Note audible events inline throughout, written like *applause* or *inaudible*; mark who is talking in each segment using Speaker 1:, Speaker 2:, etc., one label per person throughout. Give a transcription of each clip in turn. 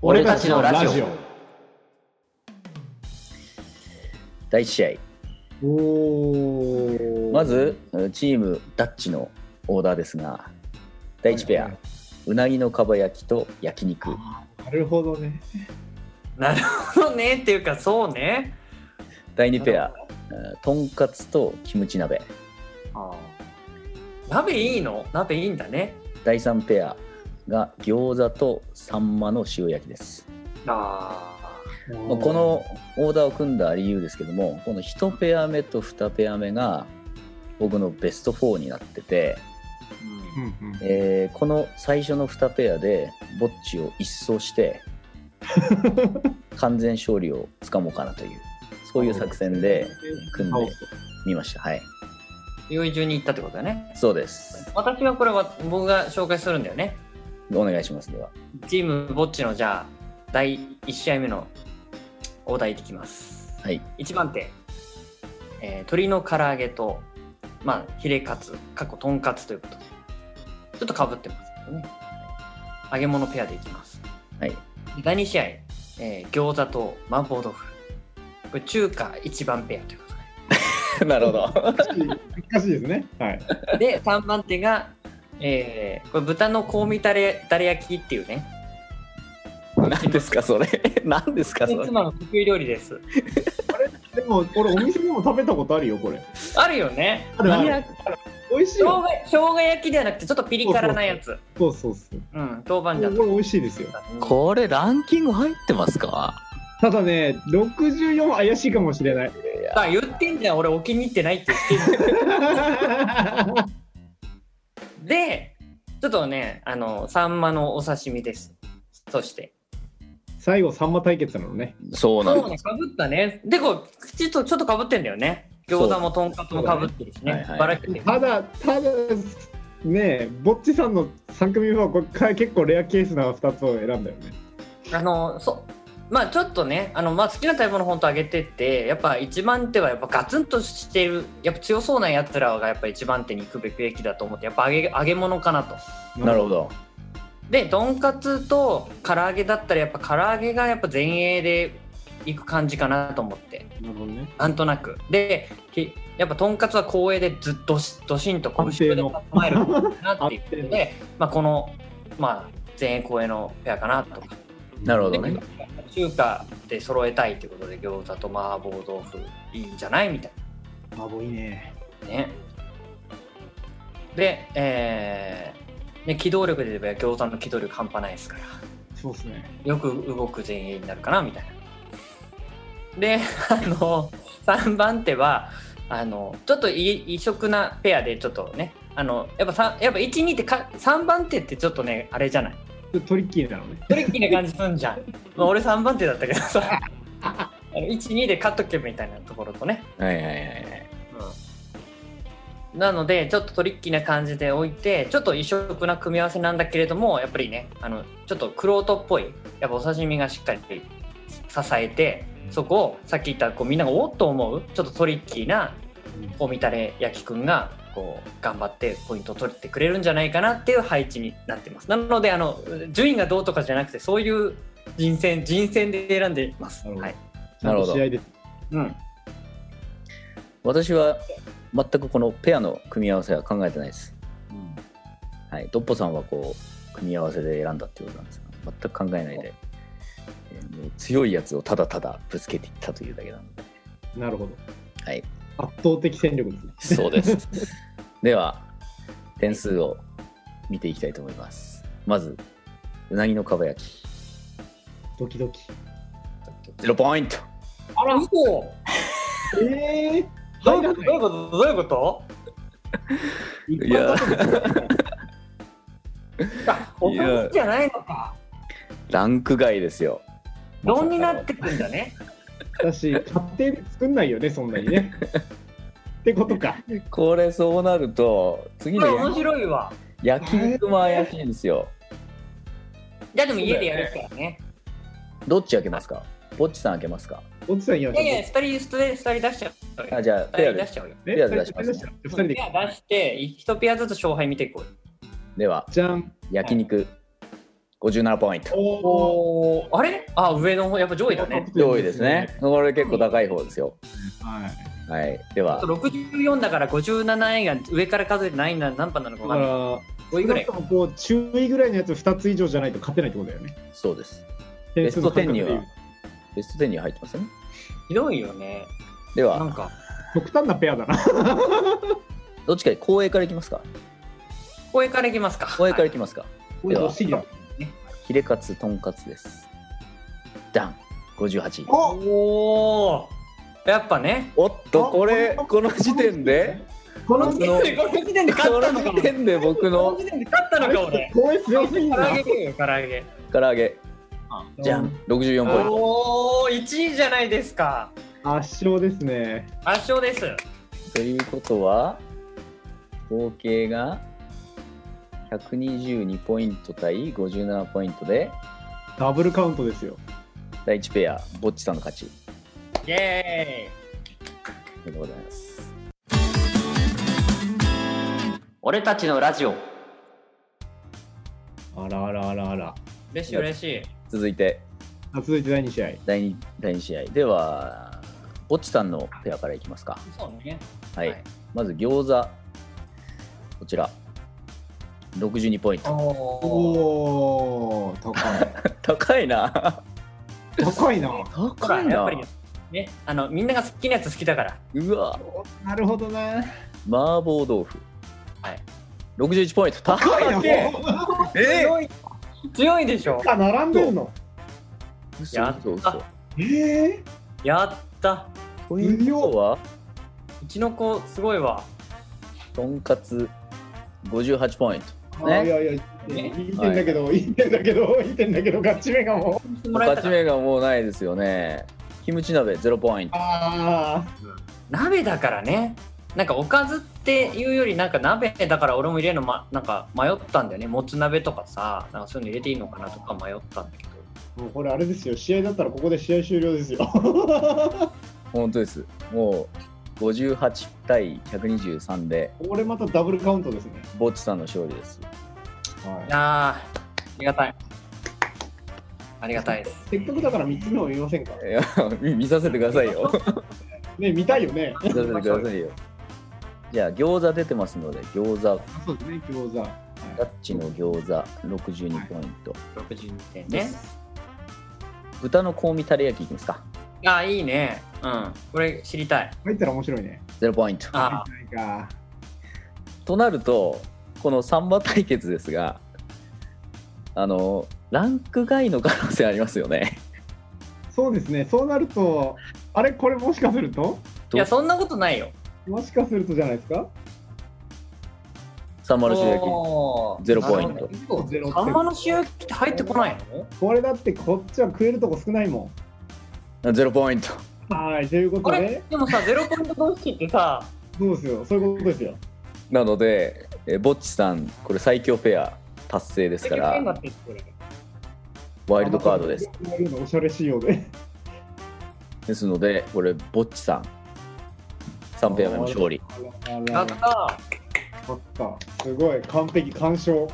Speaker 1: 俺たちのラジオ
Speaker 2: 第1試
Speaker 1: お
Speaker 2: 合
Speaker 1: お
Speaker 2: まずチームダッチのオーダーですが第1ペア、うなぎのかば焼きと焼肉
Speaker 1: なるほどね
Speaker 3: なるほどねっていうかそうね
Speaker 2: 第2ペアえーとんかつとキムチ鍋
Speaker 3: 鍋いいの鍋いいんだね
Speaker 2: 第3ペアが餃子とサンマの塩焼きです、
Speaker 3: あ
Speaker 2: まあこのオーダーを組んだ理由ですけどもこの1ペア目と2ペア目が僕のベスト4になってて、
Speaker 3: あ、
Speaker 1: うんうん
Speaker 2: えーこの最初の2ペアでぼっちを一掃して完全勝利をつかもうかなというそういう作戦で組んでみましたはい
Speaker 3: 用意中に行ったってことだね
Speaker 2: そうです
Speaker 3: 私はこれは僕が紹介するんだよね
Speaker 2: お願いしますでは
Speaker 3: チームぼっちのじゃあ第1試合目のお題いきます
Speaker 2: はい
Speaker 3: 1番手、えー鶏の唐揚げと、まあ、ヒレカツかっことんかつということでちょっとかぶってますけどね揚げ物ペアでいきます
Speaker 2: はい
Speaker 3: 第2試合、えー餃子と麻婆豆腐これ中華一番ペアということ
Speaker 2: なるほど。
Speaker 1: 難しいですねはい
Speaker 3: で
Speaker 1: *laughs*
Speaker 3: で3番手が、えーこれ豚の香味たれだれ焼きっていうね
Speaker 2: 何ですかそれ。 *laughs* 何ですかそれ。
Speaker 3: 妻の得意料理です
Speaker 1: でも俺お店でも食べたことあるよこれ
Speaker 3: あるよね
Speaker 1: あるある
Speaker 3: 何や
Speaker 1: 美味しい
Speaker 3: 生
Speaker 1: よ
Speaker 3: 姜生姜焼きではなくてちょっとピリ辛なやつ
Speaker 1: そうそうそう
Speaker 3: うん豆板
Speaker 1: これ
Speaker 3: 醤と
Speaker 1: 美味しいですよ
Speaker 2: これランキング入ってますか。
Speaker 1: ただね64怪しいかもしれ
Speaker 2: *laughs*
Speaker 1: ない
Speaker 3: あ言ってんじゃん俺お気に入ってないって言ってんじゃんでちょっとねあのサンマのお刺身ですそして
Speaker 1: 最後さんま対決なのね
Speaker 2: そうな
Speaker 3: そう
Speaker 2: の。
Speaker 3: ねかぶったねでこう口とちょっとかぶってんだよね餃子もとんかつもかぶってるしね
Speaker 2: そうだね
Speaker 3: バラエティ
Speaker 1: ただただねぼっちさんの3組目はこれか結構レアケースな2つを選んだよね
Speaker 3: あのそうまあちょっとねあの、まあ、好きな食べ物本当あげてってやっぱ一番手はやっぱガツンとしてるやっぱ強そうなやつらがやっぱ一番手に行くべきだと思ってやっぱ揚げ揚げ物かなと
Speaker 2: なるほど。
Speaker 3: でとんかつと唐揚げだったらやっぱ唐揚げがやっぱ前衛で行く感じかなと思って
Speaker 1: なるほどね
Speaker 3: なんとなくできやっぱとんかつは後衛でずっとしどしんとこう
Speaker 1: 安定
Speaker 3: 後ろで
Speaker 1: の
Speaker 3: 構えるかなっていうことで、まあ、この、まあ、前衛後衛のペアかなとか
Speaker 2: なるほ
Speaker 3: で
Speaker 2: どね。
Speaker 3: 中華で揃えたいということで餃子と麻婆豆腐いいんじゃないみたい
Speaker 1: あぼいいね
Speaker 3: なねでえーね機動力で言えば餃子の機動力半端ないですから
Speaker 1: そうですね
Speaker 3: よく動く前衛になるかなみたいな。であの3番手はあのちょっとい異色なペアでちょっとねあのやっぱさやっぱ12ってか3番手ってちょっとねあれじゃない
Speaker 1: ちょっとトリッキーなのね
Speaker 3: トリッキーな感じすんじゃんまあ俺3番手だったけどさ12で勝っとけみたいなところとね、
Speaker 2: はいはいはいはい。
Speaker 3: なのでちょっとトリッキーな感じで置いてちょっと異色な組み合わせなんだけれどもやっぱりねあのちょっとくろとっぽいやっぱお刺身がしっかり支えてそこをさっき言ったこうみんながおっと思うちょっとトリッキーなこうみたれ焼きくんがこう頑張ってポイントを取ってくれるんじゃないかなっていう配置になってますなのであの順位がどうとかじゃなくてそういう人選人選で選んでいます、
Speaker 1: なるほど
Speaker 3: はい
Speaker 1: ちゃんと試合で
Speaker 3: うん、
Speaker 2: 私は全くこのペアの組み合わせは考えてないです。はい。ドッポさんはこう組み合わせで選んだってことなんですが、全く考えないで。えーもう強いやつをただただぶつけていったというだけなので。
Speaker 1: なるほど
Speaker 2: はい。
Speaker 1: 圧倒的戦力ですね
Speaker 2: そうです。 *laughs* では、点数を見ていきたいと思います。まず、うなぎのかば焼き、
Speaker 1: ドキドキ
Speaker 2: 0ポイント。
Speaker 3: あら嘘
Speaker 1: ええ
Speaker 3: どういうことどういうことどういうこと
Speaker 2: いや、
Speaker 3: あおかしじゃないのか
Speaker 2: ランク外ですよ。
Speaker 3: 論になってくんだね
Speaker 1: だし家庭で作んないよねそんなにねってことか
Speaker 2: これそうなると、次
Speaker 3: これ
Speaker 2: の
Speaker 3: 面白いわ
Speaker 2: 焼き肉も怪しいんですよ。
Speaker 3: いやでも家でやるからね
Speaker 2: どっち開けますかぼっちさん開けますか
Speaker 1: おじさんや
Speaker 3: いやいや2人2人二人出しちゃうよ
Speaker 2: あじゃあ、
Speaker 3: 二
Speaker 2: ペア
Speaker 3: 人出
Speaker 2: で
Speaker 3: し。ちゃうよ
Speaker 2: ペアで出しますね
Speaker 1: 2人で
Speaker 3: ペア出して1ペアずつ勝敗見ていこうよ
Speaker 2: では、
Speaker 1: じゃん
Speaker 2: 焼き肉、 57ポイント。
Speaker 1: おお。
Speaker 3: おお、あれあ、上の方、やっぱ上位だね。
Speaker 2: 上位ですね。。これ結構高い方ですよ。
Speaker 1: はい。
Speaker 2: はい。では、
Speaker 3: 64だから57円が上から数えてないんだ何番なのか
Speaker 1: だか
Speaker 3: 分かんない。
Speaker 1: ら、
Speaker 3: 5位ぐらい
Speaker 1: 少なくともこう中位ぐらいのやつ二つ以上じゃないと勝てないってことだよね。
Speaker 2: そうです。
Speaker 1: ベ
Speaker 2: ベスト10には、ベスト10には入ってますね。
Speaker 3: ひどいよね。
Speaker 2: で
Speaker 3: な
Speaker 2: は、
Speaker 3: んか、
Speaker 1: 極端なペアだな。
Speaker 2: どっちかに公営からいきますか
Speaker 3: 公営からいきますか。
Speaker 2: 公営からい
Speaker 3: は
Speaker 2: きますか
Speaker 1: 俺
Speaker 2: では
Speaker 1: 欲しいよ。
Speaker 2: ヒレカツ、トンカツです。ダン、58位。
Speaker 1: お
Speaker 3: いおお、やっぱね。
Speaker 2: おっと、これ、この時点で、
Speaker 1: こ
Speaker 3: こ
Speaker 1: の
Speaker 3: の
Speaker 1: 時
Speaker 3: 時
Speaker 1: 点
Speaker 2: の
Speaker 3: 点で、この
Speaker 2: こ
Speaker 3: 時点で勝ったの
Speaker 2: の
Speaker 3: か
Speaker 2: 時
Speaker 3: も。
Speaker 2: 点で僕
Speaker 3: この
Speaker 2: の
Speaker 3: 時点で勝ったのか、
Speaker 1: で
Speaker 3: 俺。
Speaker 1: 声強すぎん
Speaker 3: 唐
Speaker 1: な
Speaker 3: 揚。げよ、唐揚げ。
Speaker 2: 唐揚げ、じゃん、64ポイント。
Speaker 3: おお、1位じゃないですか。
Speaker 1: 圧勝ですね。
Speaker 3: 圧勝です。
Speaker 2: ということは、合計が122ポイント対57ポイントで、
Speaker 1: ダブルカウントですよ。
Speaker 2: 第1ペア、ぼっちさんの勝ち。
Speaker 3: イエ
Speaker 2: あ
Speaker 3: ーイ。
Speaker 2: りがとうございます。
Speaker 3: 俺たちのラジオ。
Speaker 1: あらあらあらあら。
Speaker 3: 嬉しい、嬉しい。
Speaker 2: 続いて、
Speaker 1: あ続いて第二試合。
Speaker 2: 第 2, 第二試合。では、ぼっちさんのペアからいきますか。
Speaker 3: そうね。
Speaker 2: はい。
Speaker 3: はい
Speaker 2: まず、餃子。こちら。62ポイント。
Speaker 3: おお。
Speaker 1: おお、高い。
Speaker 2: 高いな。
Speaker 1: *laughs* 高いな。
Speaker 3: ほ
Speaker 2: 高
Speaker 3: ら、
Speaker 2: い
Speaker 3: や
Speaker 2: な
Speaker 3: っぱ。り。ね、あの、みんなが好きなやつ好きだから。
Speaker 2: うわ。
Speaker 1: なるほどね。
Speaker 2: 麻婆豆腐。
Speaker 3: はい。
Speaker 2: 61ポイント。高いな。え
Speaker 3: 強い。強いでしょ。
Speaker 1: あ、並んでるの。
Speaker 2: 嘘
Speaker 3: やっ
Speaker 2: 嘘嘘。
Speaker 1: ええ
Speaker 3: やった。
Speaker 2: ということは、
Speaker 3: うちの子すごいわ。
Speaker 2: とんかつ58ポイント。
Speaker 1: ー。いやいや、いい点いい点だけど、いい点だけど、いい点だけど、ガチ目がもう。
Speaker 3: もらえ
Speaker 2: 勝
Speaker 3: た
Speaker 2: ち
Speaker 3: ら
Speaker 2: 目がもうないですよね。キムチ鍋0ポイント。
Speaker 1: あ
Speaker 3: 鍋だからね。なんかおかずっていうよりなんか鍋だから俺も入れるの、ま、なんか迷ったんだよねもつ鍋とかさなんかそういうの入れていいのかなとか迷ったんだけど
Speaker 1: あ。もうこれあれですよ。試合だったら、ここで試合終了ですよ。 *laughs*
Speaker 2: 本当です。もう58対123で、
Speaker 1: これまたダブルカウントですね。
Speaker 2: ぼっちさんの勝利です。
Speaker 3: い
Speaker 1: は
Speaker 3: やーありがたいありがたいです
Speaker 1: い。せっかくだから、三つ目を見ませんか。
Speaker 2: いや、見見させてくださいよ。
Speaker 1: ね、見たいよね。
Speaker 2: 見させてくださいよ。じゃあ、餃子出てますので、餃子、
Speaker 1: そうですね、餃子。
Speaker 2: ガッチの餃子62ポイント。
Speaker 3: 62点ね
Speaker 2: 豚の香味たれ焼きいきますか。
Speaker 3: あーいいねうんこれ知りたい
Speaker 1: 入ったら面白いね。
Speaker 2: 0ポイント。
Speaker 3: あ
Speaker 1: 入ってないか。
Speaker 2: となるとこのサンバ対決ですがあのランク外の可能性ありますよね。
Speaker 1: そうですね、そうなると、あれ、これもしかすると
Speaker 3: ーいやそんなことないよ
Speaker 1: もしかするとじゃないですか
Speaker 2: サンマの塩焼
Speaker 3: おー
Speaker 2: ゼロポイント
Speaker 3: そう
Speaker 1: ゼロ
Speaker 3: サンマの塩焼きって入ってこないの
Speaker 1: これだってこっちは食えるとこ少ないも
Speaker 2: きゼロポイント。 *laughs*
Speaker 1: ん。はい、というこ
Speaker 3: あ
Speaker 1: と
Speaker 3: れ
Speaker 1: で、
Speaker 3: でもさゼロポイント同士って
Speaker 2: *laughs*
Speaker 3: さ
Speaker 1: そうですよ、そういうことですよ。
Speaker 2: なのでえぼっちさんこれ最強ペア達成ですか
Speaker 3: ゼロポイント
Speaker 2: ら
Speaker 3: って言ってる
Speaker 2: ワイルドカードです。。
Speaker 1: おしゃれ仕様で。
Speaker 2: ですのでこれぼっちさん3ペア目の勝利。
Speaker 1: あ
Speaker 3: やっ
Speaker 1: ら
Speaker 3: た
Speaker 1: 勝った。すごい、完璧、完勝。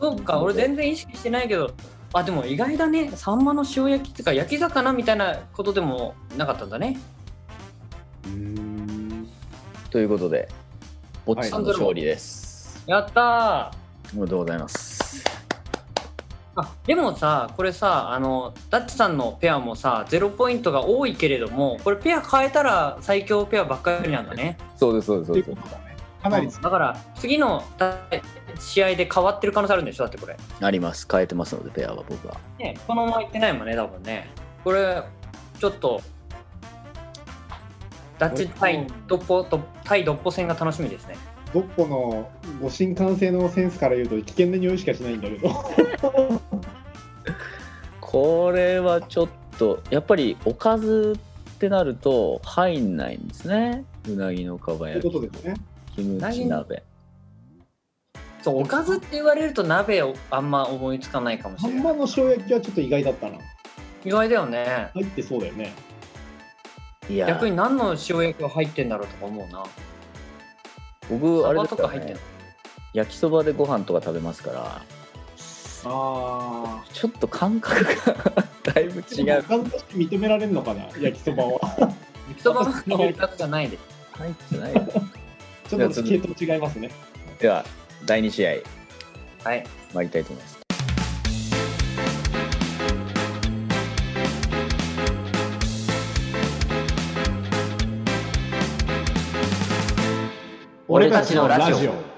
Speaker 3: そうか、俺全然意識してないけど、あ、でも意外だね、サンマの塩焼きってか、焼き魚みたいなことでもなかったんだね。
Speaker 2: ということでぼっちさんの勝利です。
Speaker 3: やった
Speaker 2: おめでとうございます。
Speaker 3: ーあでもさ、これさ、あの、ダッチさんのペアもさ、ゼロポイントが多いけれども、これペア変えたら最強ペアばっかりなんだね。
Speaker 2: そうですそうですそう
Speaker 1: とい
Speaker 2: で
Speaker 1: う
Speaker 2: す
Speaker 1: こ。とだね。かなり
Speaker 3: うんだから、次の試合で変わってる可能性あるんでしょ、だってこれ。
Speaker 2: あります変えてますのでペアは僕は。
Speaker 3: ね、このままいってないもんね、多分ね。これ、ちょっと、ダッチ対ドッポと対ドッポ戦が楽しみですね。
Speaker 1: どっこのご新幹線のセンスから言うと危険な匂いしかしないんだけど。
Speaker 2: これはちょっとやっぱりおかずってなると入んないんですねうなぎのかば
Speaker 1: という
Speaker 2: 焼
Speaker 1: こ
Speaker 2: き
Speaker 1: とですね。
Speaker 2: キムチ鍋
Speaker 3: そうおかずって言われると鍋をあんま思いつかないかもし
Speaker 1: ハ
Speaker 3: れ
Speaker 1: ン
Speaker 3: な
Speaker 1: マ
Speaker 3: い
Speaker 1: の塩焼きはちょっと意外だったな。
Speaker 3: 意外だよね
Speaker 1: 入ってそうだよね。
Speaker 2: いや
Speaker 3: 逆に何の塩焼きが入ってんだろうとか思うな
Speaker 2: 僕あ
Speaker 3: サ
Speaker 2: れ
Speaker 3: バ
Speaker 2: です
Speaker 3: と
Speaker 2: か
Speaker 3: から入ってん
Speaker 2: ね
Speaker 3: の
Speaker 2: 焼きそばでご飯とか食べますから
Speaker 1: ああ。
Speaker 2: ちょっと感覚が *laughs* だいぶ違う
Speaker 1: *laughs* 感として認められるのかな、焼きそばは。
Speaker 3: 焼きそば
Speaker 1: *laughs*
Speaker 3: の本格じゃないです。
Speaker 2: 入ってないよ
Speaker 1: ちょっと系統違いますね。
Speaker 2: では第2試合
Speaker 3: はい。
Speaker 2: 参りたいと思います
Speaker 3: 俺たちのラジオ
Speaker 1: オ。